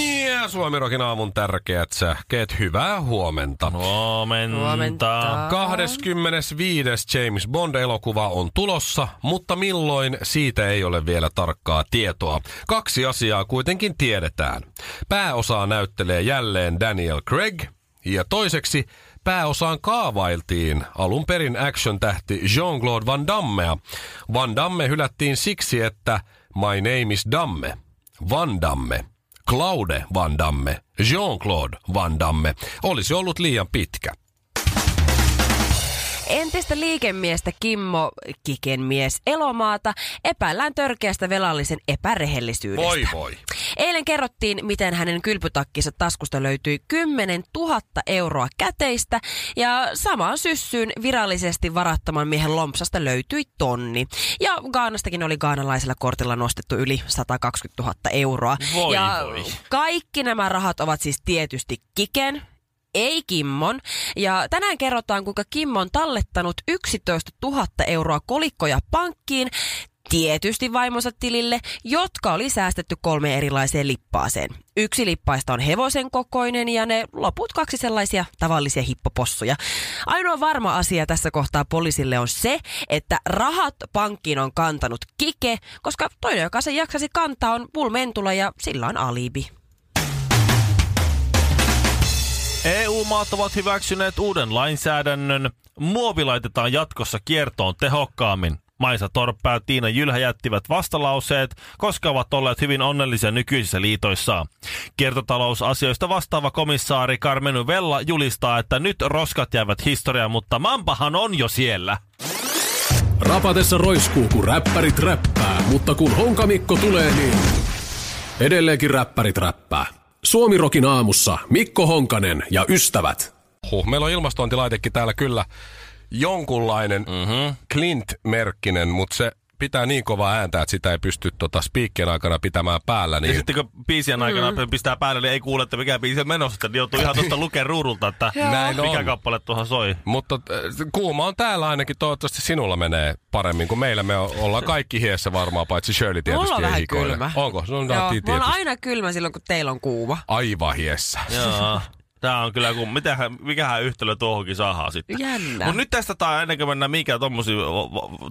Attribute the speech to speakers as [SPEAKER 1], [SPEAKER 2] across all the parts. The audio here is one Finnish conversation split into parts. [SPEAKER 1] Yeah, Suomirokin aamun tärkeät sähkeet. Hyvää huomenta.
[SPEAKER 2] Huomenta.
[SPEAKER 3] Huomenta.
[SPEAKER 1] 25. James Bond-elokuva on tulossa, mutta milloin siitä ei ole vielä tarkkaa tietoa. Kaksi asiaa kuitenkin tiedetään. Pääosaa näyttelee jälleen Daniel Craig ja toiseksi pääosaan kaavailtiin alun perin action-tähti Jean-Claude Van Dammea. Van Damme hylättiin siksi, että My name is Damme, Van Damme, Claude Van Damme, Jean-Claude Van Damme olisi ollut liian pitkä.
[SPEAKER 3] Entistä liikemiestä Kimmo Kikenmies Elomaata epäillään törkeästä velallisen epärehellisyydestä.
[SPEAKER 1] Voi voi.
[SPEAKER 3] Eilen kerrottiin, miten hänen kylpytakkinsa taskusta löytyi 10 000 euroa käteistä ja samaan syssyyn virallisesti varattoman miehen lompsasta löytyi tonni. Ja Gaanastakin oli gaanalaisella kortilla nostettu yli 120 000 euroa.
[SPEAKER 2] Voi
[SPEAKER 3] ja
[SPEAKER 2] voi.
[SPEAKER 3] Niin, kaikki nämä rahat ovat siis tietysti Kiken, ei Kimmon. Ja tänään kerrotaan, kuinka Kimmo on tallettanut 11 000 euroa kolikkoja pankkiin, tietysti vaimonsa tilille, jotka oli säästetty kolme erilaiseen lippaaseen. Yksi lippaista on hevosen kokoinen ja ne loput kaksi sellaisia tavallisia hippopossuja. Ainoa varma asia tässä kohtaa poliisille on se, että rahat pankkiin on kantanut kike, koska toinen, joka se jaksasi kantaa, on pulmentula ja sillä on alibi.
[SPEAKER 2] EU-maat E ovat hyväksyneet uuden lainsäädännön. Muovi laitetaan jatkossa kiertoon tehokkaammin. Maisa Torppä ja Tiina Jylhä jättivät vastalauseet, koska ovat olleet hyvin onnellisia nykyisissä liitoissaan. Kiertotalousasioista vastaava komissaari Carmenu Vella julistaa, että nyt roskat jäävät historiaan, mutta mampahan on jo siellä.
[SPEAKER 4] Rapatessa roiskuu, kun räppärit räppää, mutta kun honkamikko tulee, niin edelleenkin räppärit räppää. Suomirokin aamussa Mikko Honkanen ja ystävät.
[SPEAKER 1] Huh, meillä on ilmastointilaitekin täällä kyllä jonkunlainen mm-hmm. Clint-merkkinen, mutta se pitää niin kovaa ääntä, että sitä ei pysty tota spiikkien aikana pitämään päällä.
[SPEAKER 2] Ja
[SPEAKER 1] Niin
[SPEAKER 2] sitten kun biisien aikana mm. pistää päälle, niin ei kuule, että mikä biisi on menossa, niin joutuu ihan tuosta lukeen ruudulta, että
[SPEAKER 1] Näin
[SPEAKER 2] mikä
[SPEAKER 1] on.
[SPEAKER 2] kappale tuohon soi.
[SPEAKER 1] Mutta äh, kuuma on täällä ainakin, toivottavasti sinulla menee paremmin kuin meillä. Me o- ollaan kaikki hiessä varmaan, paitsi Shirley tietysti
[SPEAKER 3] Mulla on
[SPEAKER 1] ei
[SPEAKER 3] vähän
[SPEAKER 1] hikoile.
[SPEAKER 3] kylmä.
[SPEAKER 1] Onko? No, no,
[SPEAKER 3] Joo,
[SPEAKER 1] tietysti.
[SPEAKER 3] mulla on aina kylmä silloin, kun teillä on kuuma.
[SPEAKER 1] Aivan hiessä.
[SPEAKER 2] Joo. Tää on kyllä, kun mitähän, mikähän yhtälö tuohonkin saadaan sitten.
[SPEAKER 3] Jännä.
[SPEAKER 2] Mut nyt testataan ennen kuin mennään mikä tuommoisiin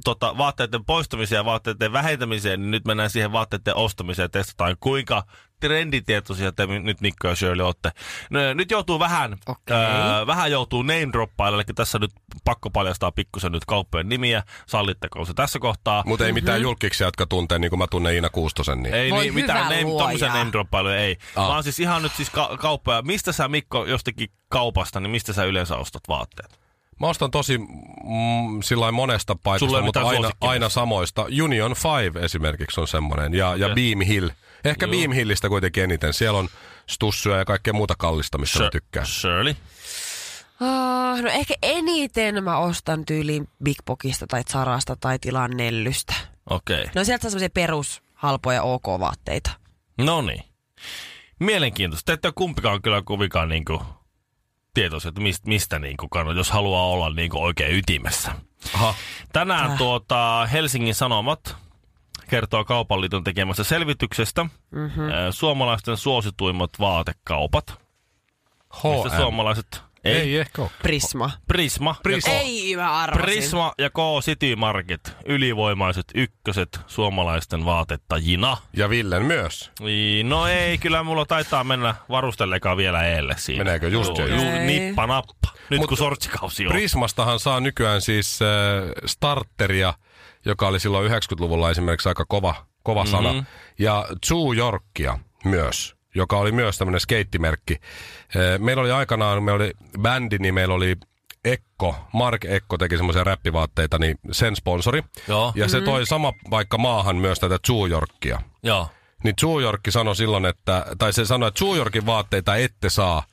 [SPEAKER 2] tota, vaatteiden poistamiseen ja vaatteiden vähentämiseen, niin nyt mennään siihen vaatteiden ostamiseen ja testataan, kuinka trenditietoisia te mi- nyt Mikko ja Shirley olette. No, nyt joutuu vähän,
[SPEAKER 3] Okei.
[SPEAKER 2] öö, vähän joutuu name droppailla, eli tässä nyt pakko paljastaa pikkusen nyt kauppojen nimiä, sallittakoon se tässä kohtaa.
[SPEAKER 1] Mutta ei
[SPEAKER 3] Mm-hmm.
[SPEAKER 1] mitään julkiksi, jotka tuntee, niin kuin mä tunnen Iina Kuustosen. Niin.
[SPEAKER 2] Ei
[SPEAKER 3] Voi
[SPEAKER 2] niin,
[SPEAKER 3] hyvä
[SPEAKER 2] mitään name,
[SPEAKER 3] luoja.
[SPEAKER 2] tommosia name droppailuja ei.
[SPEAKER 1] Aa.
[SPEAKER 2] Ah. Vaan siis ihan nyt siis ka- kauppoja. Mistä sä Mikko jostakin kaupasta, niin mistä sä yleensä ostat vaatteet?
[SPEAKER 1] Mä ostan tosi mm, sillä monesta
[SPEAKER 2] Sulla
[SPEAKER 1] paikasta,
[SPEAKER 2] ei
[SPEAKER 1] mutta
[SPEAKER 2] mitään
[SPEAKER 1] aina,
[SPEAKER 2] suosikkia.
[SPEAKER 1] aina samoista. Union 5 esimerkiksi on semmoinen ja, ja
[SPEAKER 2] Joo.
[SPEAKER 1] Beam Hill. Ehkä
[SPEAKER 2] Joo.
[SPEAKER 1] Beam Hillistä kuitenkin eniten. Siellä on stussyä ja kaikkea muuta kallista, mistä mä tykkään.
[SPEAKER 2] Shirley?
[SPEAKER 3] Ah, no ehkä eniten mä ostan tyyliin Big Pokista tai Zarasta tai tilaan Nellystä.
[SPEAKER 2] Okei. Okay.
[SPEAKER 3] No sieltä saa semmoisia perus halpoja OK-vaatteita.
[SPEAKER 2] No niin. Mielenkiintoista. Te ette ole kumpikaan kyllä kovinkaan niinku tietoisia, että mistä, mistä niinku kannattaa, jos haluaa olla niinku oikein ytimessä.
[SPEAKER 1] Aha.
[SPEAKER 2] Tänään
[SPEAKER 3] Äh.
[SPEAKER 2] tuota, Helsingin Sanomat kertoo Kaupanliiton tekemästä selvityksestä
[SPEAKER 3] Mhm.
[SPEAKER 2] mm-hmm. suomalaisten suosituimmat vaatekaupat. Mistä
[SPEAKER 1] H&M.
[SPEAKER 2] suomalaiset...
[SPEAKER 1] Ei, ei ehkä ole.
[SPEAKER 3] Prisma.
[SPEAKER 2] Prisma.
[SPEAKER 1] Prisma.
[SPEAKER 2] Ja K-
[SPEAKER 3] Ei, mä arvasin.
[SPEAKER 2] Prisma ja K-City Market, ylivoimaiset ykköset suomalaisten vaatettajina.
[SPEAKER 1] Ja Villen myös.
[SPEAKER 2] Ii, No ei, kyllä mulla taitaa mennä varustellekaan vielä eelle siinä.
[SPEAKER 1] Meneekö just
[SPEAKER 2] Joo,
[SPEAKER 1] jo?
[SPEAKER 2] ju-
[SPEAKER 3] Ei.
[SPEAKER 2] nippa nappa. Nyt
[SPEAKER 1] Mut-
[SPEAKER 2] kun sortsikausi on.
[SPEAKER 1] Prismastahan saa nykyään siis äh, starteria, joka oli silloin 90-luvulla esimerkiksi aika kova, kova mm-hmm. sana. Ja Zoo Yorkia myös, joka oli myös tämmöinen skeittimerkki. Äh, meillä oli aikanaan, meillä oli bändi, niin meillä oli Ekko, Mark Ekko teki semmoisia räppivaatteita, niin sen sponsori.
[SPEAKER 2] Joo.
[SPEAKER 1] Ja se toi sama paikka maahan myös tätä Zoo Yorkia.
[SPEAKER 2] Joo.
[SPEAKER 1] Niin Zoo Yorkki sanoi silloin, että, tai se sanoi, että Zoo Yorkin vaatteita ette saa,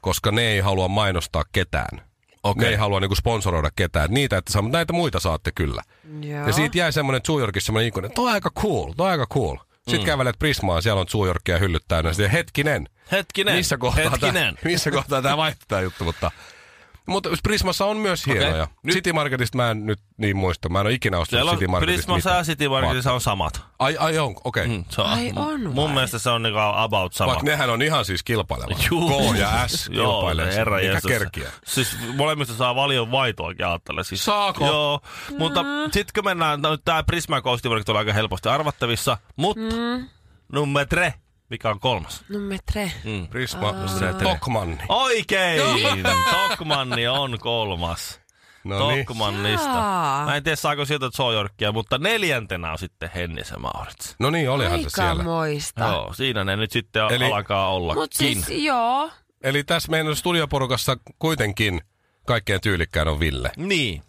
[SPEAKER 1] koska ne ei halua mainostaa ketään. Okay. Ne ei halua niinku sponsoroida ketään. Et Niitä että saa, mutta näitä muita saatte kyllä.
[SPEAKER 3] Joo.
[SPEAKER 1] Ja siitä jäi semmoinen New Yorkissa semmoinen ikoni, toi on aika cool, toi on aika cool. Sitten mm. kävelet Prismaan, siellä on New Yorkia hyllyt täynnä. Sitten hetkinen,
[SPEAKER 2] Hetkinen.
[SPEAKER 1] missä kohtaa,
[SPEAKER 2] Hetkinen.
[SPEAKER 1] Tämä, missä kohtaa tämä vaihtuu tämä juttu, mutta... Mutta Prismassa on myös hienoja. Okay. City Marketista mä en nyt niin muista. Mä en ole ikinä ostanut
[SPEAKER 2] Siellä on
[SPEAKER 1] City Marketista
[SPEAKER 2] Prisma
[SPEAKER 1] mitään.
[SPEAKER 2] ja City Marketissa on samat.
[SPEAKER 1] Ai, ai on, okei. Okay. Mm.
[SPEAKER 2] Se on,
[SPEAKER 3] Ai on
[SPEAKER 2] mun,
[SPEAKER 3] vai?
[SPEAKER 2] mun mielestä se on niinku about sama.
[SPEAKER 1] Vaikka nehän on ihan siis kilpailevat.
[SPEAKER 2] Juu.
[SPEAKER 1] K ja S
[SPEAKER 2] Joo,
[SPEAKER 1] kilpailee.
[SPEAKER 2] herra
[SPEAKER 1] Mikä
[SPEAKER 2] Jeesus.
[SPEAKER 1] kerkiä?
[SPEAKER 2] Siis molemmista saa valion vaitoakin ajattele. Siis,
[SPEAKER 1] Saako?
[SPEAKER 2] Joo, mutta
[SPEAKER 3] Mm.
[SPEAKER 2] sitten kun mennään, no, tämä Prisma Coastimarkit on aika helposti arvattavissa, mutta mm. numero tre, mikä on kolmas.
[SPEAKER 3] No metre.
[SPEAKER 1] Prisma, Tokmanni.
[SPEAKER 2] Oikein!
[SPEAKER 3] No niin.
[SPEAKER 2] Tokmanni on kolmas.
[SPEAKER 1] No niin.
[SPEAKER 2] Tokmannista.
[SPEAKER 3] Jaa.
[SPEAKER 2] Mä en tiedä saako sieltä Zoyorkia, mutta neljäntenä on sitten Hennis ja Maurits.
[SPEAKER 1] No niin, olihan se
[SPEAKER 3] Aika
[SPEAKER 1] siellä.
[SPEAKER 3] moista.
[SPEAKER 2] Joo, siinä ne nyt sitten
[SPEAKER 1] Eli-
[SPEAKER 2] Eli, alkaa ollakin.
[SPEAKER 3] Mut siis joo.
[SPEAKER 1] Eli tässä meidän studioporukassa kuitenkin kaikkein tyylikkäin on Ville.
[SPEAKER 2] Niin.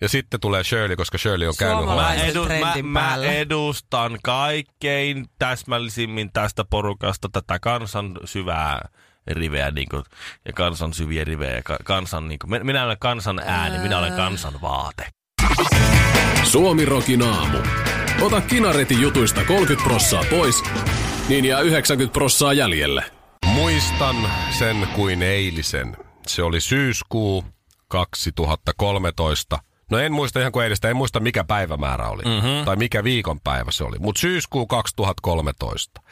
[SPEAKER 1] Ja sitten tulee Shirley, koska Shirley on käynyt
[SPEAKER 3] Suomalainen.
[SPEAKER 2] Mä,
[SPEAKER 1] Hollannissa.
[SPEAKER 3] Laisten
[SPEAKER 2] edu, mä,
[SPEAKER 3] trendin
[SPEAKER 2] mä
[SPEAKER 3] päällä.
[SPEAKER 2] edustan kaikkein täsmällisimmin tästä porukasta tätä kansan syvää riveä niin kuin, ja kansan syviä rivejä. Ka, kansan, niin kuin, minä olen kansan ääni, minä olen kansan vaate.
[SPEAKER 4] Suomi Rokin aamu. Ota kinaretin jutuista 30 prossaa pois, niin jää 90 prossaa jäljelle.
[SPEAKER 1] Muistan sen kuin eilisen. Se oli syyskuu 2013. No en muista ihan kuin eilistä, en muista mikä päivämäärä oli. Mm-hmm. Tai mikä viikonpäivä se oli. Mutta syyskuu 2013.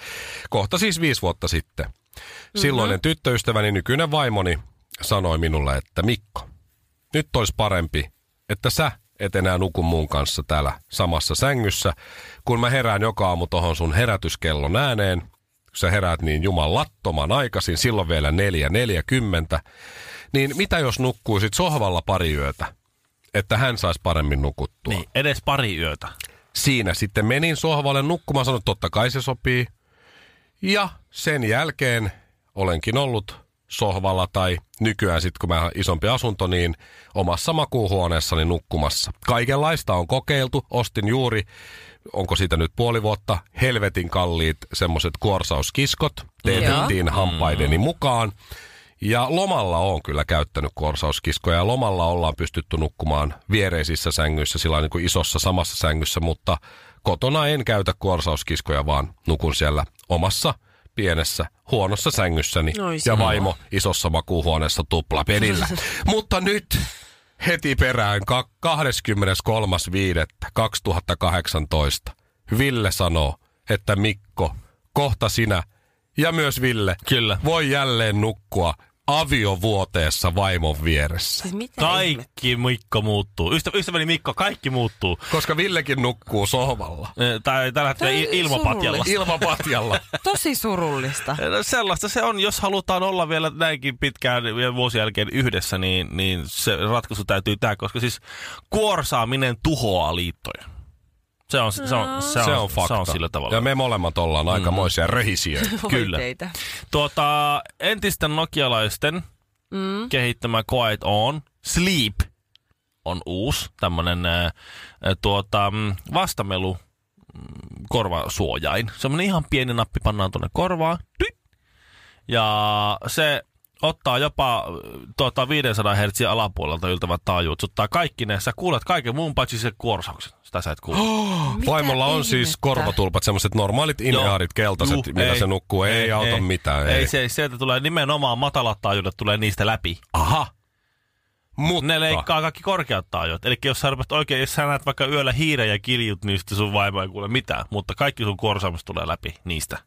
[SPEAKER 1] Kohta siis viisi vuotta sitten. Mm-hmm. Silloinen tyttöystäväni, nykyinen vaimoni, sanoi minulle, että Mikko, nyt olisi parempi, että sä et enää nuku mun kanssa täällä samassa sängyssä, kun mä herään joka aamu tohon sun herätyskellon ääneen. Kun sä heräät niin jumalattoman aikaisin, silloin vielä 4.40. Niin mitä jos nukkuisit sohvalla pari yötä, että hän saisi paremmin nukuttua?
[SPEAKER 2] Niin, edes pari yötä.
[SPEAKER 1] Siinä sitten menin sohvalle nukkumaan, sanoin, että totta kai se sopii. Ja sen jälkeen olenkin ollut sohvalla tai nykyään sitten, kun mä oon isompi asunto, niin omassa makuuhuoneessani nukkumassa. Kaikenlaista on kokeiltu. Ostin juuri, onko siitä nyt puoli vuotta, helvetin kalliit semmoset kuorsauskiskot. Teetettiin hampaideni mukaan. Ja lomalla on kyllä käyttänyt korsauskiskoja ja lomalla ollaan pystytty nukkumaan viereisissä sängyissä, sillä niin kuin isossa samassa sängyssä, mutta kotona en käytä korsauskiskoja, vaan nukun siellä omassa pienessä huonossa sängyssäni
[SPEAKER 3] Oi
[SPEAKER 1] ja
[SPEAKER 3] se.
[SPEAKER 1] vaimo isossa makuuhuoneessa tuplapedillä. mutta nyt heti perään ka- 23.5.2018 Ville sanoo, että Mikko, kohta sinä ja myös Ville
[SPEAKER 2] Kyllä.
[SPEAKER 1] voi jälleen nukkua aviovuoteessa vaimon vieressä.
[SPEAKER 3] Siis mitä ihmettä?
[SPEAKER 2] Kaikki Mikko muuttuu. Ystä- Ystäväni Mikko, kaikki muuttuu.
[SPEAKER 1] Koska Villekin nukkuu sohvalla.
[SPEAKER 2] Eh, Tai tällä hetkellä
[SPEAKER 3] Toi
[SPEAKER 2] il- ilmapatjalla.
[SPEAKER 1] Ilmapatjalla.
[SPEAKER 3] Tosi surullista.
[SPEAKER 2] No sellaista se on, jos halutaan olla vielä näinkin pitkään ja vuosien jälkeen yhdessä, niin, niin se ratkaisu täytyy tehdä, koska siis kuorsaaminen tuhoaa liittoja. Se on, se on, se on,
[SPEAKER 1] se on fakta.
[SPEAKER 2] Se on sillä tavalla.
[SPEAKER 1] Ja me molemmat ollaan aikamoisia röhisijöitä.
[SPEAKER 2] Kyllä.
[SPEAKER 3] Oikeita.
[SPEAKER 2] Tuota, entisten nokialaisten mm. kehittämä Quiet On, Sleep on uusi tämmönen ää, ää, tuota, mm, vastamelu mm, korvasuojain. Semmoinen ihan pieni nappi pannaan tuonne korvaan. Tyt. Ja se ottaa jopa äh, tuota, 500 Hz alapuolelta yltävät taajuudet. Se ottaa kaikki ne. Sä kuulet kaiken muun paitsi se kuorsauksen. Sitä sä et kuule.
[SPEAKER 3] Mitä
[SPEAKER 1] Vaimolla on siis
[SPEAKER 3] ihmettä?
[SPEAKER 1] korvatulpat, semmoiset normaalit inhaarit keltaiset,
[SPEAKER 2] Juh,
[SPEAKER 1] millä se nukkuu. Ei, ei auta mitään.
[SPEAKER 2] Ei, se, sieltä tulee nimenomaan matalat taajuudet tulee niistä läpi.
[SPEAKER 1] Aha. Mutta
[SPEAKER 2] Ne leikkaa kaikki korkeat taajuudet. Eli jos sä rupeat oikein, jos sä näet vaikka yöllä hiiren ja kiljut, niin sitten sun vaimo ei kuule mitään. Mutta kaikki sun korsaamista tulee läpi niistä.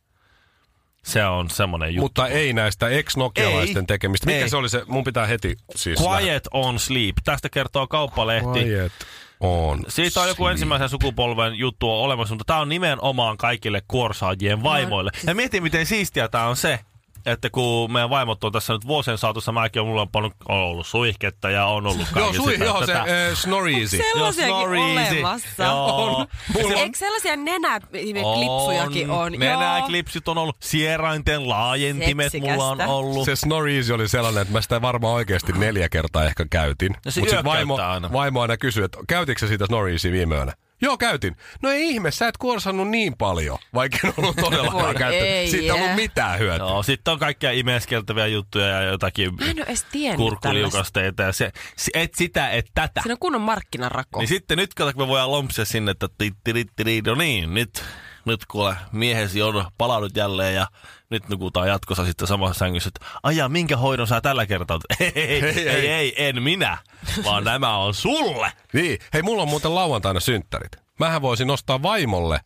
[SPEAKER 2] Se on semmonen juttu.
[SPEAKER 1] Mutta ei näistä ex-nokialaisten
[SPEAKER 2] Ei.
[SPEAKER 1] tekemistä. Mikä
[SPEAKER 2] Ei.
[SPEAKER 1] se oli se? Mun pitää heti siis lähteä.
[SPEAKER 2] Quiet on sleep. Tästä kertoo kauppalehti.
[SPEAKER 1] Quiet on.
[SPEAKER 2] Siitä on joku
[SPEAKER 1] sleep.
[SPEAKER 2] ensimmäisen sukupolven juttu on olemassa, mutta tämä on nimenomaan kaikille
[SPEAKER 3] No,
[SPEAKER 2] kuorsaajien vaimoille.
[SPEAKER 3] siis
[SPEAKER 2] Ja mieti, miten siistiä tämä on se, että kun meidän vaimot on tässä nyt vuosien saatossa, mäkin on, mulla on pannut, on ollut suihketta ja on ollut
[SPEAKER 1] Joo,
[SPEAKER 2] kaiken
[SPEAKER 1] sui,
[SPEAKER 2] sitä,
[SPEAKER 1] joo se
[SPEAKER 2] tätä.
[SPEAKER 1] äh, snoreasy.
[SPEAKER 3] Sellaisiakin
[SPEAKER 2] Joo, snoreasy.
[SPEAKER 3] olemassa.
[SPEAKER 2] Joo.
[SPEAKER 3] Mulla on. Siis Eikö sellaisia nenäklipsujakin on?
[SPEAKER 2] Nenää
[SPEAKER 3] Joo.
[SPEAKER 2] klipsit on ollut, sierainten laajentimet mulla on
[SPEAKER 3] Seksikästä.
[SPEAKER 2] ollut.
[SPEAKER 1] Se Snoreasy oli sellainen, että mä sitä varmaan oikeasti neljä kertaa ehkä käytin.
[SPEAKER 2] No se
[SPEAKER 1] Mut sit
[SPEAKER 2] yö
[SPEAKER 1] vaimo,
[SPEAKER 2] käyttää aina.
[SPEAKER 1] vaimo aina kysyi, että käytitkö sä siitä Snoreasyä viime yönä? Joo, käytin. No ei ihme, sä et kuorsannut niin paljon, vaikka en ollut
[SPEAKER 3] Voi
[SPEAKER 1] todellakaan
[SPEAKER 3] ei, eh.
[SPEAKER 1] käyttänyt. Siitä ei ollut
[SPEAKER 3] jää.
[SPEAKER 1] mitään hyötyä.
[SPEAKER 2] Joo, sitten on kaikkia imeskeltäviä juttuja ja jotakin
[SPEAKER 3] Mä en oo edes tiennyt tällaista.
[SPEAKER 2] kurkkuliukasteita ja se, se- et sitä, et tätä.
[SPEAKER 3] Siinä on kunnon markkinarako.
[SPEAKER 2] Niin sitten nyt kato, kun me voidaan lompsia sinne, että tittirittiri, no niin, nyt, nyt kuule, miehesi on palannut jälleen ja nyt nukutaan jatkossa sitten samassa sängyssä, että aja, minkä hoidon sä tällä kertaa? otat?" Ei, ei, ei, ei, ei, en minä, vaan nämä on sulle.
[SPEAKER 1] Niin. Hei, mulla on muuten lauantaina synttärit. Mähän voisin nostaa vaimolle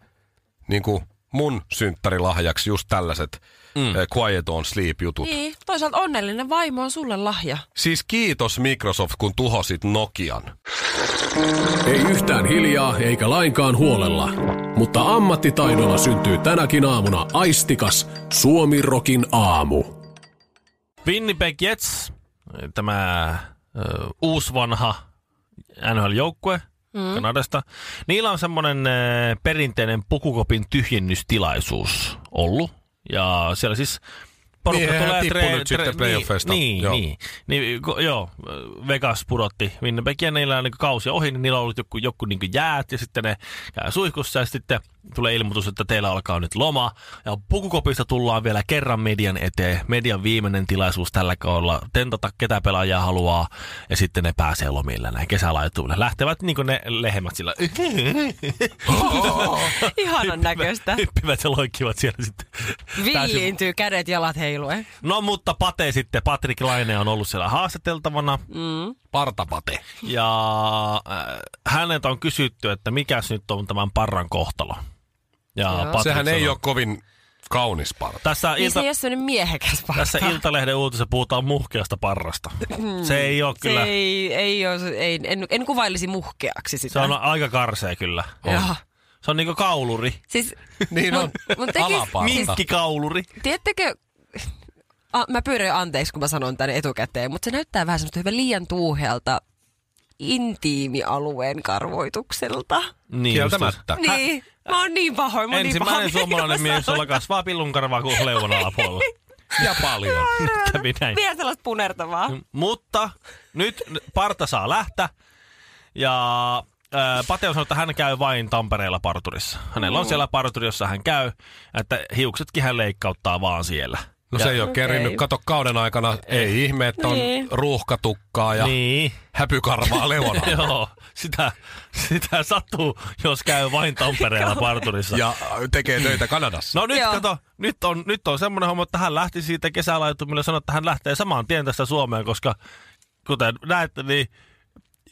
[SPEAKER 1] niin kuin mun synttärilahjaksi just tällaiset mm. Quiet on Sleep-jutut. Niin.
[SPEAKER 3] Niin, toisaalta onnellinen vaimo on sulle lahja.
[SPEAKER 1] Siis kiitos Microsoft, kun tuhosit Nokian.
[SPEAKER 4] Ei yhtään hiljaa eikä lainkaan huolella, mutta ammattitaidolla syntyy tänäkin aamuna aistikas Suomirokin aamu.
[SPEAKER 2] Winnipeg Jets, tämä ö, uusvanha NHL-joukkue mm. Kanadasta. Niillä on semmoinen ö, perinteinen pukukopin tyhjennystilaisuus ollut. Ja siellä siis porukka
[SPEAKER 1] Niin,
[SPEAKER 2] tulee...
[SPEAKER 1] hehän tippui nyt sitten playoffeista.
[SPEAKER 2] Niin,
[SPEAKER 1] Joo.
[SPEAKER 2] niin, niin. niin ko, joo, ö, Vegas pudotti Winnipeg ja niillä on niin kausi ohi, niin niillä on ollut joku, joku niin jäät ja sitten ne käy suihkussa ja sitten tulee ilmoitus, että teillä alkaa nyt loma. Ja pukukopista tullaan vielä kerran median eteen. Median viimeinen tilaisuus tällä kaudella tentata, ketä pelaajaa haluaa ja sitten ne pääsee lomille näin kesälaituille. Lähtevät niin kuin ne lehmät sillä
[SPEAKER 3] Ihanan näköistä.
[SPEAKER 2] hyppivät ja loikkivat siellä sitten. Täysin
[SPEAKER 3] Villiintyy kädet jalat heiluen.
[SPEAKER 2] No mutta Pate sitten, Patrick Laine on ollut siellä haastateltavana
[SPEAKER 1] Partapate.
[SPEAKER 2] ja äh, hänet on kysytty, että mikäs nyt on tämän parran kohtalo. Ja
[SPEAKER 3] Joo.
[SPEAKER 2] Patrick
[SPEAKER 1] Sehän ei
[SPEAKER 2] sanoo-
[SPEAKER 1] ole kovin kaunis parta.
[SPEAKER 2] Tässä,
[SPEAKER 3] Niin se
[SPEAKER 2] ilta,
[SPEAKER 3] ei ole sellainen miehekäs parta.
[SPEAKER 2] tässä Iltalehden uutisessa puhutaan muhkeasta parrasta. Se ei ole
[SPEAKER 3] Mm. Se
[SPEAKER 2] kyllä, se,
[SPEAKER 3] ei, ei ole, ei, en, en kuvailisi muhkeaksi sitä.
[SPEAKER 2] on aika karsea kyllä.
[SPEAKER 3] Joo.
[SPEAKER 2] Se on niinku kauluri,
[SPEAKER 3] Siis,
[SPEAKER 1] Niin on.
[SPEAKER 3] Mut- mut tekis- siis
[SPEAKER 1] Alaparta.
[SPEAKER 2] minkkikauluri.
[SPEAKER 3] tiedättekö, a, mä pyydän jo anteeksi, kun mä sanon tänne etukäteen, mutta se näyttää vähän semmoista hyvin liian tuuhealta intiimialueen karvoitukselta.
[SPEAKER 2] Niin just.
[SPEAKER 1] Kieltämättä.
[SPEAKER 3] Niin, mä oon niin pahoin, mä oon niin pahoin.
[SPEAKER 2] Ensimmäinen suomalainen mies, jolla kasvaa pillunkarvaa kuin leuan alapuolella.
[SPEAKER 1] Ja paljon.
[SPEAKER 2] Kävi näin.
[SPEAKER 3] Vielä sellaista punertavaa.
[SPEAKER 2] Mutta nyt parta saa lähteä. Ja ää, Pate on sanonut, että hän käy vain Tampereella parturissa. Hänellä
[SPEAKER 1] Mm.
[SPEAKER 2] on siellä parturi, jossa hän käy. Että hiuksetkin hän leikkauttaa vaan siellä.
[SPEAKER 1] No se ei ole kerinnyt. Kato kauden aikana, ei ihme, että on
[SPEAKER 3] Niin.
[SPEAKER 1] ruuhkatukkaa ja
[SPEAKER 2] Niin.
[SPEAKER 1] häpykarvaa leona.
[SPEAKER 2] Joo, sitä, sitä sattuu, jos käy vain Tampereella parturissa.
[SPEAKER 1] ja äh, tekee töitä Kanadassa.
[SPEAKER 2] No nyt
[SPEAKER 3] Joo.
[SPEAKER 2] kato, nyt on, nyt on semmoinen homma, että hän lähti siitä kesälaitumille ja sanoi, että hän lähtee samaan tien tästä Suomeen, koska kuten näette, niin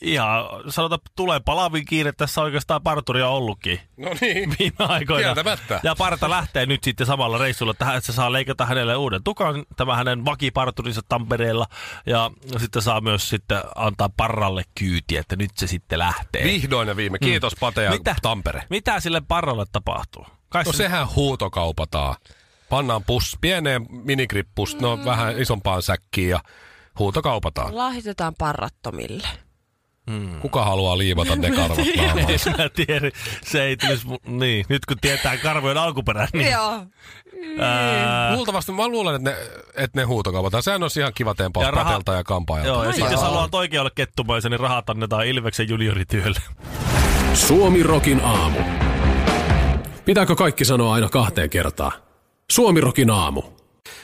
[SPEAKER 2] ihan sanotaan, tulee palavin kiire, tässä oikeastaan parturia ollutkin
[SPEAKER 1] No niin.
[SPEAKER 2] viime aikoina.
[SPEAKER 1] Kieltämättä.
[SPEAKER 2] Ja parta lähtee nyt sitten samalla reissulla, että hän- se saa leikata hänelle uuden tukan, tämä hänen vakiparturinsa Tampereella, ja sitten saa myös sitten antaa parralle kyyti, että nyt se sitten lähtee.
[SPEAKER 1] Vihdoin ja viime. Kiitos Pate ja Tampere.
[SPEAKER 2] Mm. Mitä sille parralle tapahtuu? Kai
[SPEAKER 1] No sehän huutokaupataan. Pannaan pus, pieneen minikrippusta,
[SPEAKER 2] Mm.
[SPEAKER 1] no vähän isompaan säkkiin ja huutokaupataan.
[SPEAKER 3] Lahjoitetaan parrattomille.
[SPEAKER 2] Mm.
[SPEAKER 1] Kuka haluaa liivata ne karvat naamaan?
[SPEAKER 2] Ei mä tiedä, se ei tulisi, mu- niin, nyt kun tietää karvojen alkuperän, niin
[SPEAKER 3] Joo.
[SPEAKER 2] ää,
[SPEAKER 1] Luultavasti mä luulen, että ne, että ne huutokaupataan. Sehän on ihan kiva tempaus
[SPEAKER 2] Ja
[SPEAKER 1] ja
[SPEAKER 2] raha-
[SPEAKER 1] patelta ja kampaajalta.
[SPEAKER 2] Joo, ja sitten
[SPEAKER 3] Joo.
[SPEAKER 2] jos haluaa oikein olla kettumaisen, niin rahat annetaan Ilveksen juniorityölle.
[SPEAKER 4] Suomirokin aamu. Pitääkö kaikki sanoa aina kahteen kertaan? Suomirokin aamu.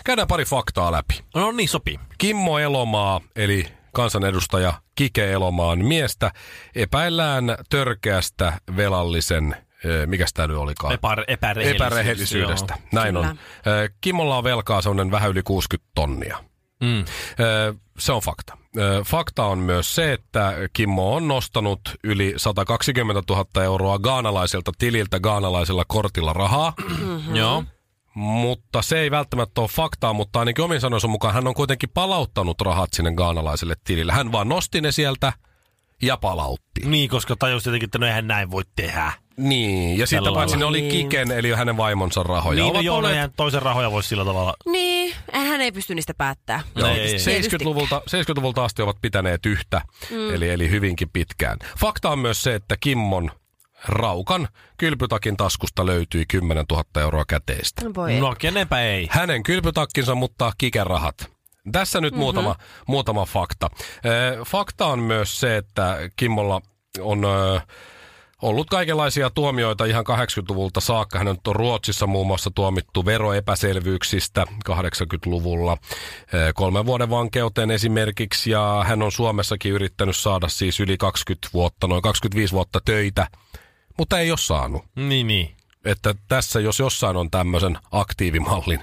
[SPEAKER 1] Käydään pari faktaa läpi.
[SPEAKER 2] No niin, sopii.
[SPEAKER 1] Kimmo Elomaa, eli kansanedustaja Kike Elomaan miestä, epäillään törkeästä velallisen, ö, mikäs tämä nyt olikaan?
[SPEAKER 2] Epä, epärehellisyydestä.
[SPEAKER 1] epärehellisyydestä.
[SPEAKER 2] joo.
[SPEAKER 1] Näin
[SPEAKER 3] Kyllä.
[SPEAKER 1] on. Ö, Kimmolla on velkaa semmoinen vähän yli 60 tonnia.
[SPEAKER 2] Mm.
[SPEAKER 1] Ö, Se on fakta. Ö, Fakta on myös se, että Kimmo on nostanut yli 120 000 euroa gaanalaiselta tililtä gaanalaisella kortilla rahaa,
[SPEAKER 2] Joo.
[SPEAKER 1] mutta se ei välttämättä ole faktaa, mutta ainakin omin sanoissa mukaan hän on kuitenkin palauttanut rahat sinne gaanalaiselle tilille. Hän vaan nosti ne sieltä ja palautti.
[SPEAKER 2] Niin, koska tajus tietenkin, että no eihän näin voi tehdä.
[SPEAKER 1] Niin, ja siitä
[SPEAKER 2] Tällä
[SPEAKER 1] paitsi ne
[SPEAKER 2] lailla.
[SPEAKER 1] oli Kiken, eli hänen vaimonsa rahoja.
[SPEAKER 2] niin, no
[SPEAKER 1] Ovat
[SPEAKER 2] joo, no
[SPEAKER 1] olleet
[SPEAKER 2] eihän toisen rahoja voisi sillä tavalla.
[SPEAKER 3] Niin, hän ei pysty niistä päättää.
[SPEAKER 2] Joo. Ei, ei, ei.
[SPEAKER 1] 70-luvulta, 70-luvulta asti ovat pitäneet yhtä, mm. eli, eli hyvinkin pitkään. Fakta on myös se, että Kimmon raukan kylpytakin taskusta löytyi 10 000 euroa käteistä.
[SPEAKER 3] No Voi. No.
[SPEAKER 2] No kenenpä ei.
[SPEAKER 1] Hänen kylpytakkinsa, mutta kikärahat. Tässä nyt mm-hmm. muutama, muutama fakta. Ö, Fakta on myös se, että Kimmolla on ö, ollut kaikenlaisia tuomioita ihan 80-luvulta saakka. Hän on Ruotsissa muun muassa tuomittu veroepäselvyyksistä 80-luvulla eh, kolmen vuoden vankeuteen esimerkiksi. Ja hän on Suomessakin yrittänyt saada siis yli 20 vuotta, noin 25 vuotta töitä, mutta ei ole saanut
[SPEAKER 2] Niin, niin.
[SPEAKER 1] että tässä jos jossain on tämmöisen aktiivimallin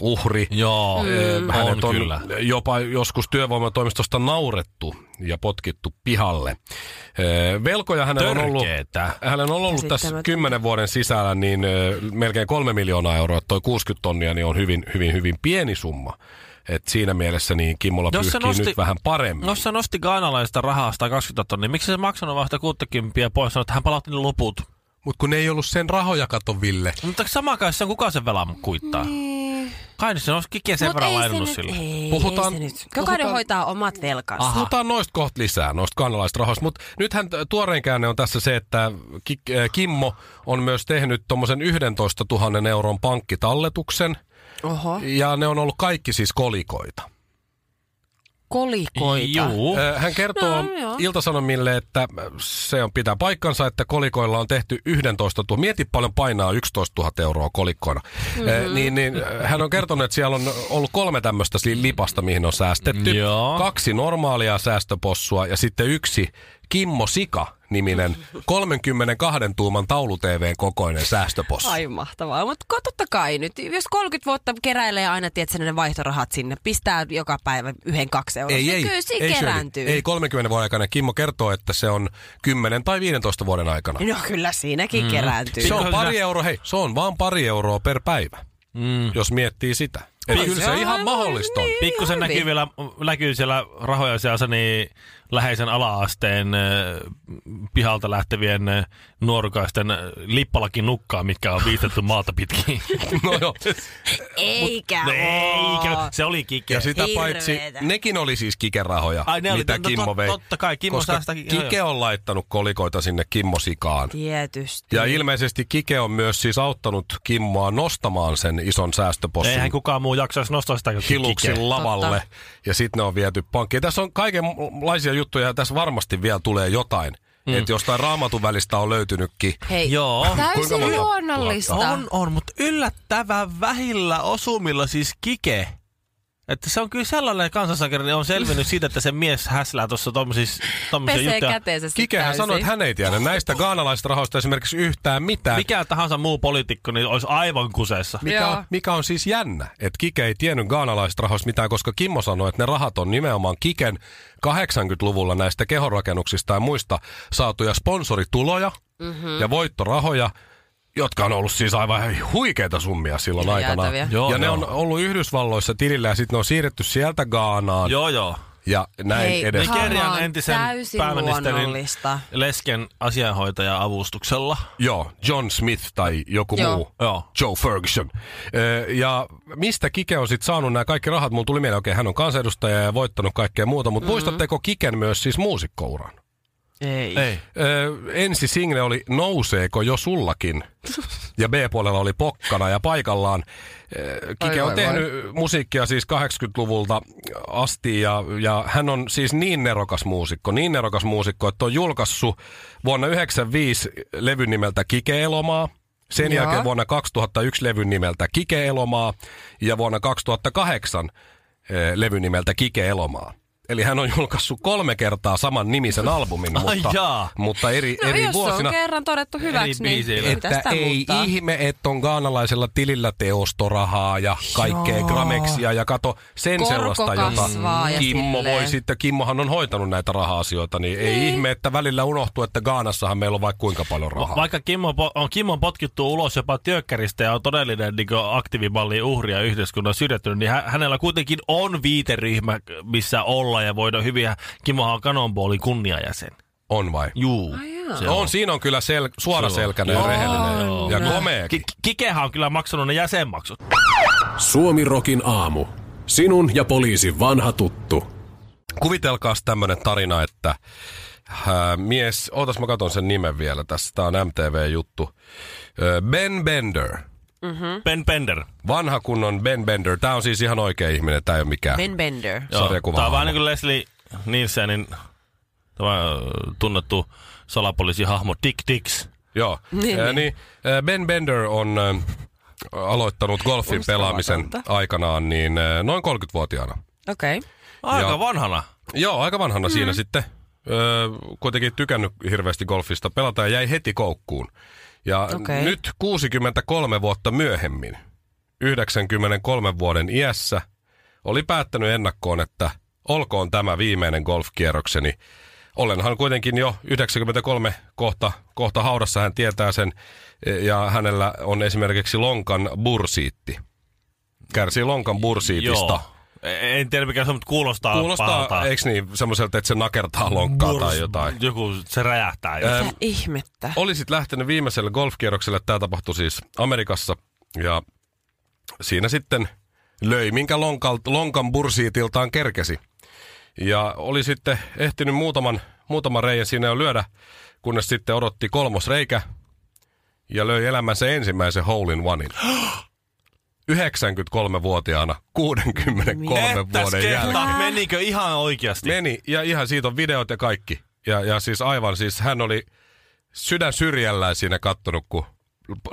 [SPEAKER 1] uhri,
[SPEAKER 2] Joo,
[SPEAKER 1] Ö, hänet on
[SPEAKER 2] Mm, kyllä.
[SPEAKER 1] jopa joskus työvoimatoimistosta naurettu ja potkittu pihalle. Ö, Velkoja hänellä on ollut,
[SPEAKER 2] Törkeetä.
[SPEAKER 1] hänellä on ollut tässä
[SPEAKER 3] Käsittämätöntä.
[SPEAKER 1] kymmenen vuoden sisällä niin ö, melkein kolme miljoonaa euroa. Toi 60 tonnia niin on hyvin, hyvin, hyvin pieni summa. Et siinä mielessä niin Kimmola
[SPEAKER 2] Jos No se
[SPEAKER 1] pyyhkii
[SPEAKER 2] nosti- no-
[SPEAKER 1] nyt vähän paremmin.
[SPEAKER 2] Jos se nosti gaanalaista rahaa 120 tonnia, miksi se maksanut vaan sitä 60 pois, sanoi, että hän palautti ne loput?
[SPEAKER 5] Mutta kun ei ollut sen rahoja, kato Ville.
[SPEAKER 2] Mutta sama kai se on kuka sen velan kuittaa? Kai nyt se on kikiä sen
[SPEAKER 3] Niin. Mut
[SPEAKER 2] verran
[SPEAKER 3] ei se
[SPEAKER 2] lainannut
[SPEAKER 3] nyt-
[SPEAKER 2] sille.
[SPEAKER 1] Puhutaan-
[SPEAKER 3] Ei, puhutaan, ei se nyt. Jokainen
[SPEAKER 1] puhutaan-
[SPEAKER 3] hoitaa omat velkansa.
[SPEAKER 1] Aha. Puhutaan noista kohta lisää, noista kanalaisista rahoista. Mutta nythän t- tuoreen käänne on tässä se, että Ki- äh, Kimmo on myös tehnyt tuommoisen 11 000 euron pankkitalletuksen.
[SPEAKER 3] Oho.
[SPEAKER 1] Ja ne on ollut kaikki siis kolikoita.
[SPEAKER 3] Kolikoita.
[SPEAKER 2] Juu.
[SPEAKER 1] Ö, Hän kertoo
[SPEAKER 3] No,
[SPEAKER 1] no,
[SPEAKER 3] joo.
[SPEAKER 1] Iltasanomille, että se on pitää paikkansa, että kolikoilla on tehty 11 000. Mieti paljon painaa 11 000 euroa kolikkoina. Mm-hmm. Niin, niin hän on kertonut, että siellä on ollut kolme tämmöistä li- lipasta, mihin on säästetty.
[SPEAKER 2] Joo.
[SPEAKER 1] Kaksi normaalia säästöpossua ja sitten yksi Kimmo Sika niminen 32 tuuman taulu TVn kokoinen säästöpossu.
[SPEAKER 3] Ai mahtavaa, mutta totta kai nyt, jos 30 vuotta keräilee aina, tiedätkö, ne vaihtorahat sinne, pistää joka päivä yhden, kaksi euroa,
[SPEAKER 1] Ei,
[SPEAKER 3] niin
[SPEAKER 1] ei,
[SPEAKER 3] kyllä siinä
[SPEAKER 1] ei,
[SPEAKER 3] kerääntyy.
[SPEAKER 1] Shirley. ei 30 vuoden aikana. Kimmo kertoo, että se on 10 tai 15 vuoden aikana.
[SPEAKER 3] No kyllä siinäkin mm. kerääntyy.
[SPEAKER 1] Se on
[SPEAKER 2] Pikkasen
[SPEAKER 1] pari euroa, hei, se on vaan pari euroa per päivä, mm. jos miettii sitä. Eli kyllä se,
[SPEAKER 3] se on
[SPEAKER 1] ihan
[SPEAKER 3] aivan
[SPEAKER 1] mahdollista on.
[SPEAKER 3] niin.
[SPEAKER 2] Pikkusen
[SPEAKER 3] Harvi.
[SPEAKER 2] näkyy vielä, näkyy siellä rahoja seassa, niin läheisen ala-asteen ö, pihalta lähtevien ö, nuorukaisten ö, lippalakin nukkaa, mitkä on viistetty maata pitkin.
[SPEAKER 1] No joo.
[SPEAKER 3] Eikä
[SPEAKER 2] No Eikö?
[SPEAKER 3] oo.
[SPEAKER 2] Se oli kike.
[SPEAKER 1] Ja sitä
[SPEAKER 3] Hirveetä.
[SPEAKER 1] paitsi, nekin oli siis kikerahoja,
[SPEAKER 2] Ai, ne oli-
[SPEAKER 1] mitä
[SPEAKER 2] no tot-
[SPEAKER 1] Kimmo vei.
[SPEAKER 2] totta kai, Kimmo
[SPEAKER 1] koska
[SPEAKER 2] saa sitä- joo,
[SPEAKER 1] Kike on laittanut kolikoita sinne Kimmo Sikaan.
[SPEAKER 3] Tietysti.
[SPEAKER 1] Ja
[SPEAKER 2] Niin.
[SPEAKER 1] ilmeisesti Kike on myös siis auttanut Kimmoa nostamaan sen ison säästöpossun
[SPEAKER 2] Eihän kukaan muu jaksaisi nostaa sitä kuin
[SPEAKER 1] hiluksin
[SPEAKER 2] kike.
[SPEAKER 1] lavalle.
[SPEAKER 3] Totta.
[SPEAKER 1] Ja sitten ne on viety pankkiin. Tässä on kaikenlaisia juttuja ja tässä varmasti vielä tulee jotain. Mm. Että jostain raamatun välistä on löytynytkin.
[SPEAKER 3] Hei,
[SPEAKER 2] Joo.
[SPEAKER 1] Kuinka monta
[SPEAKER 3] täysin luonnollista.
[SPEAKER 2] On, on, mutta yllättävän vähillä osumilla siis kike. Että se on kyllä sellainen kansansankari, niin on selvinnyt siitä, että se mies häslää tuossa tommosia, tommosia
[SPEAKER 3] Pesee
[SPEAKER 2] juttuja.
[SPEAKER 3] käteensä sit
[SPEAKER 1] Kikehän
[SPEAKER 3] täysin.
[SPEAKER 1] sanoi, että hän ei tiedä näistä gaanalaisista rahoista esimerkiksi yhtään mitään.
[SPEAKER 2] Mikä tahansa muu poliitikko, niin olisi aivan kuseessa.
[SPEAKER 1] Mikä,
[SPEAKER 3] Joo.
[SPEAKER 1] on, mikä on siis jännä, että Kike ei tiennyt gaanalaisista rahoista mitään, koska Kimmo sanoi, että ne rahat on nimenomaan Kiken 80-luvulla näistä kehorakennuksista ja muista saatuja sponsorituloja
[SPEAKER 3] Mhm.
[SPEAKER 1] mm-hmm. ja voittorahoja, jotka on ollut siis aivan huikeita summia silloin
[SPEAKER 3] Ihan
[SPEAKER 1] aikana.
[SPEAKER 3] jäätäviä.
[SPEAKER 2] Joo,
[SPEAKER 1] ja ne
[SPEAKER 2] joo.
[SPEAKER 1] on ollut Yhdysvalloissa tilillä ja sitten ne on siirretty sieltä Gaanaan
[SPEAKER 2] Joo, joo.
[SPEAKER 1] ja näin
[SPEAKER 3] Hei,
[SPEAKER 1] edes.
[SPEAKER 3] Come
[SPEAKER 2] Kerjan
[SPEAKER 3] on,
[SPEAKER 2] entisen
[SPEAKER 3] täysin
[SPEAKER 2] pääministerin
[SPEAKER 3] luonnollista.
[SPEAKER 2] lesken asianhoitaja-avustuksella.
[SPEAKER 1] Joo, John Smith tai joku
[SPEAKER 3] Joo.
[SPEAKER 1] muu.
[SPEAKER 2] Joo.
[SPEAKER 1] Joe Ferguson. Ö, Ja mistä Kike on sitten saanut nämä kaikki rahat? Mulla tuli mieleen, okei, hän on kansanedustaja ja voittanut kaikkea muuta, mutta mm-hmm. muistatteko Kiken myös siis muusikkouran?
[SPEAKER 3] Ei.
[SPEAKER 2] Ei.
[SPEAKER 1] Ö, ensi single oli Nouseeko jo sullakin? Ja B-puolella oli Pokkana ja paikallaan. Ö, Kike
[SPEAKER 5] Ai,
[SPEAKER 1] on
[SPEAKER 5] ai,
[SPEAKER 1] tehnyt musiikkia siis 80-luvulta asti ja, ja hän on siis niin nerokas muusikko, niin nerokas muusikko, että on julkaissut vuonna 95 levyn nimeltä Kike Elomaa. Sen
[SPEAKER 3] Joo.
[SPEAKER 1] jälkeen vuonna 2001 levyn nimeltä Kike Elomaa ja vuonna 2008 eh, levyn nimeltä Kike Elomaa. Eli hän on julkaissut kolme kertaa saman nimisen albumin,
[SPEAKER 2] Ai
[SPEAKER 1] mutta,
[SPEAKER 2] jaa.
[SPEAKER 1] mutta eri,
[SPEAKER 3] No
[SPEAKER 1] eri
[SPEAKER 3] jos
[SPEAKER 1] vuosina.
[SPEAKER 3] on kerran todettu hyväksi,
[SPEAKER 2] biisillä.
[SPEAKER 3] niin mitä
[SPEAKER 1] Että
[SPEAKER 3] sitä
[SPEAKER 1] ei
[SPEAKER 3] muuttaa?
[SPEAKER 1] ihme, että on gaanalaisella tilillä teostorahaa ja kaikkea Joo. grameksia ja kato sen
[SPEAKER 3] Korko
[SPEAKER 1] sellaista, jota
[SPEAKER 3] kasvaa ja
[SPEAKER 1] Kimmo
[SPEAKER 3] silleen.
[SPEAKER 1] voi sitten, Kimmohan on hoitanut näitä raha-asioita, niin ei, ei ihme, että välillä unohtuu, että Gaanassahan meillä on vaikka kuinka paljon rahaa.
[SPEAKER 2] Vaikka Kimmo po- on Kimmon potkittu ulos jopa työkkäristä ja on todellinen niin aktiivimallin uhri ja yhteiskunnan syrjäytynyt, niin hä- hänellä kuitenkin on viiteryhmä, missä olla ja voida hyviä. Kimmohan on kanonboolin kunniajäsen.
[SPEAKER 1] on vai?
[SPEAKER 2] Juu.
[SPEAKER 1] Se on. on, siinä on kyllä sel- suoraselkäinen ja
[SPEAKER 2] Joo.
[SPEAKER 1] rehellinen
[SPEAKER 2] Joo.
[SPEAKER 1] ja
[SPEAKER 2] Joo.
[SPEAKER 1] komea.
[SPEAKER 2] Ki- Kikehän on kyllä maksanut ne jäsenmaksut.
[SPEAKER 4] Suomi Rokin aamu. Sinun ja poliisi vanha tuttu.
[SPEAKER 1] Kuvitelkaa tämmöinen tarina, että ää, mies, ootas mä katon sen nimen vielä tässä, tää on MTV-juttu. Ö, Äh, Ben Bender,
[SPEAKER 3] Mm.
[SPEAKER 2] Ben Bender.
[SPEAKER 1] vanha kunnon Ben Bender. Tää on siis ihan oikea ihminen, tää ei ole mikään
[SPEAKER 3] Ben Bender.
[SPEAKER 1] sarjakuva.
[SPEAKER 2] Tämä on vähän niin kuin Leslie Nielsenin tämä ö, tunnettu salapoliisihahmo Dick Dicks.
[SPEAKER 1] Joo.
[SPEAKER 3] Niin,
[SPEAKER 1] Niin,
[SPEAKER 3] niin.
[SPEAKER 1] niin. äh, Ben Bender on äh, aloittanut golfin pelaamisen
[SPEAKER 3] tavatonta.
[SPEAKER 1] aikanaan niin äh, noin 30-vuotiaana.
[SPEAKER 3] Okei. Okay.
[SPEAKER 2] Aika
[SPEAKER 1] Joo.
[SPEAKER 2] vanhana.
[SPEAKER 1] Joo, aika vanhana mm. siinä sitten. Öö, kuitenkin tykännyt hirveästi golfista pelata ja jäi heti koukkuun. Ja okay.
[SPEAKER 3] Okei.
[SPEAKER 1] nyt 63 vuotta myöhemmin, 93 vuoden iässä, oli päättänyt ennakkoon, että olkoon tämä viimeinen golfkierrokseni. Olenhan kuitenkin jo 93 kohta, kohta haudassa, hän tietää sen, e, ja hänellä on esimerkiksi lonkan bursiitti. Kärsii lonkan bursiitista. Joo.
[SPEAKER 2] E- En tiedä mikä se on, mutta kuulostaa,
[SPEAKER 1] Kuulostaa,
[SPEAKER 2] pahalta.
[SPEAKER 1] eikö niin, semmoiselta, että se nakertaa lonkkaa
[SPEAKER 2] Burs-
[SPEAKER 1] tai jotain.
[SPEAKER 2] Joku, se räjähtää. Äh.
[SPEAKER 3] Mitä ihmettä?
[SPEAKER 1] Olisit lähtenyt viimeiselle golfkierrokselle, tämä tapahtui siis Amerikassa, ja siinä sitten löi, minkä lonkal, lonkan bursiitiltaan kerkesi. Ja oli sitten ehtinyt muutaman, muutaman reijän siinä jo lyödä, kunnes sitten odotti kolmos reikä ja löi elämänsä ensimmäisen hole in onein. 93-vuotiaana, 63 vuoden jälkeen.
[SPEAKER 2] menikö ihan oikeasti?
[SPEAKER 1] Meni, ja ihan siitä on videot ja kaikki. Ja, ja siis aivan, siis hän oli sydän syrjällään siinä kattonut, kun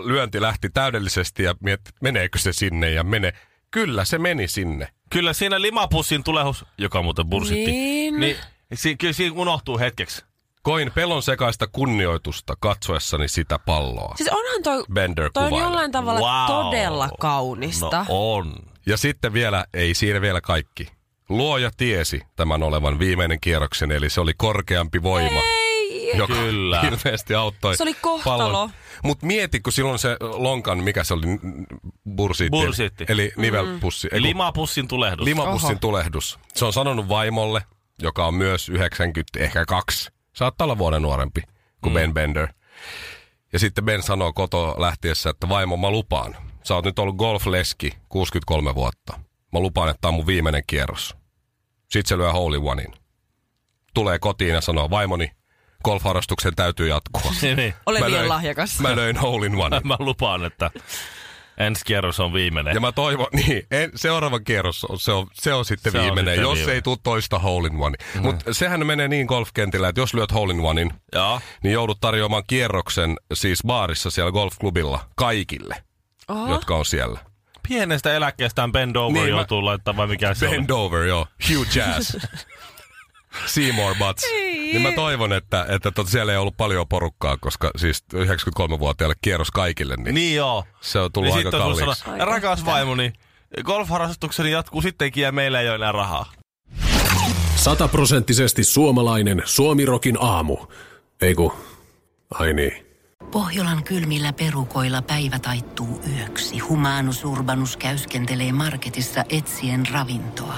[SPEAKER 1] lyönti lähti täydellisesti ja mietti, että meneekö se sinne ja mene. Kyllä se meni sinne.
[SPEAKER 2] Kyllä siinä limapussin tulehus, joka on muuten bursitti,
[SPEAKER 3] Niin.
[SPEAKER 2] niin si- kyllä siinä unohtuu hetkeksi.
[SPEAKER 1] Koin pelon sekaista kunnioitusta katsoessani sitä palloa.
[SPEAKER 3] Siis onhan toi,
[SPEAKER 1] Bender
[SPEAKER 3] toi on
[SPEAKER 1] kuvailee.
[SPEAKER 3] jollain tavalla
[SPEAKER 2] Wow.
[SPEAKER 3] todella kaunista.
[SPEAKER 2] No on.
[SPEAKER 1] Ja sitten vielä, ei siinä vielä kaikki. Luoja tiesi tämän olevan viimeinen kierroksen, eli se oli korkeampi voima.
[SPEAKER 3] Ei,
[SPEAKER 1] joka
[SPEAKER 2] Kyllä.
[SPEAKER 1] ilmeisesti auttoi.
[SPEAKER 3] Se oli kohtalo.
[SPEAKER 1] Mutta mieti, kun silloin se lonkan, mikä se oli, n- bursiitti,
[SPEAKER 2] Bursiitti.
[SPEAKER 1] eli nivelpussi, mm.
[SPEAKER 2] Limapussin tulehdus.
[SPEAKER 1] limapussin
[SPEAKER 3] Oho.
[SPEAKER 1] tulehdus. Se on sanonut vaimolle, joka on myös 90, ehkä kaksi, saattaa olla vuoden nuorempi kuin mm. Ben Bender. Ja sitten Ben sanoo kotoa lähtiessä, että vaimo, mä lupaan. Sä oot nyt ollut golfleski 63 vuotta. Mä lupaan, että tää on mun viimeinen kierros. Sitten se lyö Holy Onein. Tulee kotiin ja sanoo, vaimoni, golfharrastuksen täytyy jatkua.
[SPEAKER 2] niin, niin.
[SPEAKER 3] Ole
[SPEAKER 1] Mä
[SPEAKER 3] vielä
[SPEAKER 1] löin-
[SPEAKER 3] lahjakas.
[SPEAKER 1] Mä löin Hole in One.
[SPEAKER 2] Mä lupaan, että ensi kierros on viimeinen.
[SPEAKER 1] Ja mä toivon, niin, en, seuraava kierros, on- se on, se on sitten
[SPEAKER 2] Se
[SPEAKER 1] se
[SPEAKER 2] on
[SPEAKER 1] viimeinen,
[SPEAKER 2] sitten
[SPEAKER 1] jos
[SPEAKER 2] viimeinen.
[SPEAKER 1] ei tule toista hole in one. Mm. Mutta sehän menee niin golfkentillä, että jos lyöt hole in onein,
[SPEAKER 2] Joo.
[SPEAKER 1] niin joudut tarjoamaan kierroksen siis baarissa siellä golfklubilla kaikille,
[SPEAKER 3] Oho.
[SPEAKER 1] Aha. jotka on siellä.
[SPEAKER 2] Pienestä eläkkeestään bend
[SPEAKER 1] Niin,
[SPEAKER 2] over niin,
[SPEAKER 1] mä-
[SPEAKER 2] joutuu mä... laittaa vai mikä se on.
[SPEAKER 1] Bend over, joo. Hugh Jazz. Seymour Butts. Niin mä toivon, että, että tot, siellä ei ollut paljon porukkaa, koska siis 93-vuotiaalle kierros kaikille, niin, niin.
[SPEAKER 2] Niin joo.
[SPEAKER 1] se on tullut
[SPEAKER 2] Niin
[SPEAKER 1] aika
[SPEAKER 2] sitten on
[SPEAKER 1] kalliiksi.
[SPEAKER 2] tullut sanoa, rakas vaimoni, golfharrastukseni jatkuu sittenkin ja meillä ei ole enää rahaa.
[SPEAKER 4] Sataprosenttisesti suomalainen Suomirokin aamu. Eiku, ai niin.
[SPEAKER 6] Pohjolan kylmillä perukoilla päivä taittuu yöksi. Humanus Urbanus käyskentelee marketissa etsien ravintoa.